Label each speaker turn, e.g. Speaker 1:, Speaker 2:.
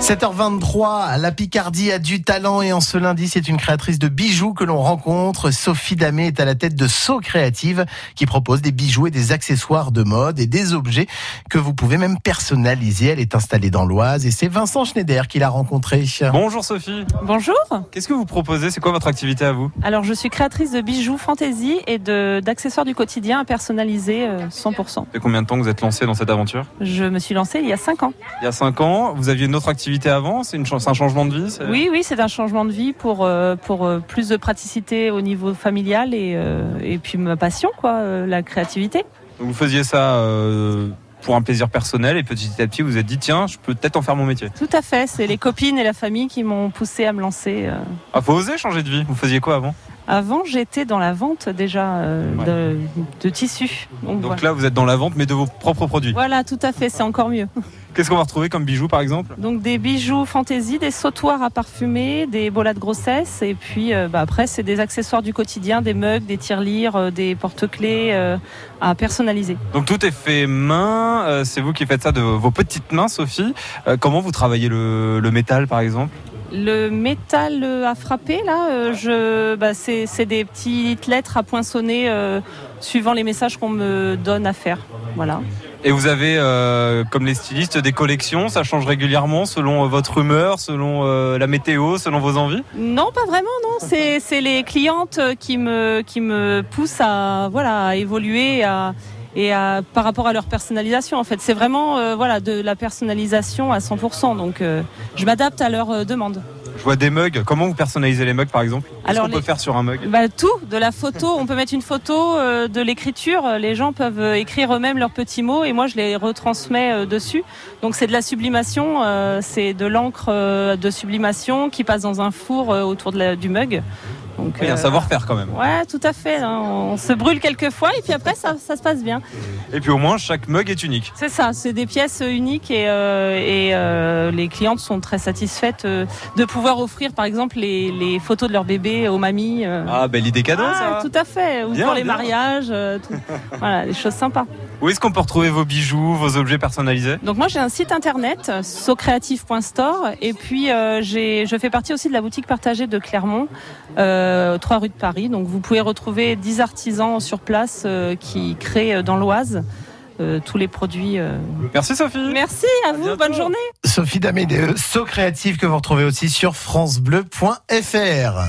Speaker 1: 7h23, la Picardie a du talent et en ce lundi, c'est une créatrice de bijoux que l'on rencontre. Sophie Damé est à la tête de So Créative qui propose des bijoux et des accessoires de mode et des objets que vous pouvez même personnaliser. Elle est installée dans l'Oise et c'est Vincent Schneider qui l'a rencontrée.
Speaker 2: Bonjour Sophie,
Speaker 3: Bonjour.
Speaker 2: qu'est-ce que vous proposez C'est quoi votre activité à vous
Speaker 3: Alors, je suis créatrice de bijoux fantasy et de- d'accessoires du quotidien personnalisés euh, 100%.
Speaker 2: Et combien de temps que vous êtes lancé dans cette aventure
Speaker 3: Je me suis lancée il y a 5 ans.
Speaker 2: Il y a 5 ans, vous aviez une autre activité avant C'est une ch- c'est un changement de vie c'est-
Speaker 3: Oui, oui, c'est un changement de vie pour euh, pour euh, plus de praticité au niveau familial et euh, et puis ma passion quoi, euh, la créativité.
Speaker 2: Donc Vous faisiez ça euh, pour un plaisir personnel et petit à petit vous vous êtes dit tiens, je peux peut-être en faire mon métier.
Speaker 3: Tout à fait. C'est les copines et la famille qui m'ont poussée à me lancer. euh.
Speaker 2: Ah, faut oser changer de vie. Vous faisiez quoi avant
Speaker 3: Avant, j'étais dans la vente déjà euh,
Speaker 2: Ouais.
Speaker 3: de, de tissus. Donc,
Speaker 2: Donc
Speaker 3: voilà.
Speaker 2: là, vous êtes dans la vente mais de vos propres produits.
Speaker 3: Voilà, tout à fait, c'est encore mieux.
Speaker 2: Qu'est-ce qu'on va retrouver comme bijoux par exemple
Speaker 3: Donc des bijoux fantaisie, des sautoirs à parfumer, des bolas de grossesse, et puis euh, bah, après c'est des accessoires du quotidien, des mugs, des tirelires, euh, des porte-clés euh, à personnaliser.
Speaker 2: Donc tout est fait main, euh, c'est vous qui faites ça de vos petites mains Sophie. Euh, comment vous travaillez le, le métal par exemple
Speaker 3: Le métal euh, à frapper là, euh, je, bah, c'est c'est des petites lettres à poinçonner euh, suivant les messages qu'on me donne à faire. Voilà.
Speaker 2: Et vous avez, euh, comme les stylistes, des collections, ça change régulièrement selon euh, votre humeur, selon euh, la météo, selon vos envies
Speaker 3: Non, pas vraiment, non. C'est c'est les clientes qui me, qui me poussent à, voilà, à évoluer à, et à, par rapport à leur personnalisation. En fait, c'est vraiment euh, voilà, de la personnalisation à 100%. Donc, euh, je m'adapte à leurs euh, demandes.
Speaker 2: Je vois des mugs, comment vous personnalisez les mugs par exemple Qu'est-ce
Speaker 3: Alors,
Speaker 2: qu'on peut
Speaker 3: les-
Speaker 2: faire sur un mug
Speaker 3: Bah, tout, de la photo. On peut mettre une photo, euh, de l'écriture. Les gens peuvent euh, écrire eux-mêmes leurs petits mots et moi, je les retransmets euh, dessus. Donc, c'est de la sublimation. euh, c'est de l'encre euh, de sublimation qui passe dans un four euh, autour de la- du mug. Donc,
Speaker 2: Il y a un
Speaker 3: euh,
Speaker 2: savoir-faire quand même.
Speaker 3: Ouais, tout à fait. hein. On se brûle quelques fois et puis après, ça, ça se passe bien.
Speaker 2: Et puis au moins, chaque mug est unique.
Speaker 3: C'est ça, c'est des pièces uniques et, euh, et euh, les clientes sont très satisfaites euh, de pouvoir offrir, par exemple, les, les photos de leur bébé aux mamies. euh.
Speaker 2: Ah, belle idée cadeau
Speaker 3: Ah,
Speaker 2: ça
Speaker 3: tout à fait, ou
Speaker 2: Bien,
Speaker 3: pour les
Speaker 2: bien.
Speaker 3: mariages, euh, tout. voilà, des choses sympas.
Speaker 2: Où est-ce qu'on peut retrouver vos bijoux, vos objets personnalisés
Speaker 3: Donc moi j'ai un site internet socreative.store et puis euh, j'ai je fais partie aussi de la boutique partagée de Clermont, euh, 3 rue de Paris. Donc vous pouvez retrouver 10 artisans sur place euh, qui créent euh, dans l'Oise euh, tous les produits. euh.
Speaker 2: Merci Sophie
Speaker 3: Merci à vous,
Speaker 2: bientôt.
Speaker 3: bonne journée.
Speaker 1: Sophie Damé de So Créative que vous retrouvez aussi sur francebleu.fr.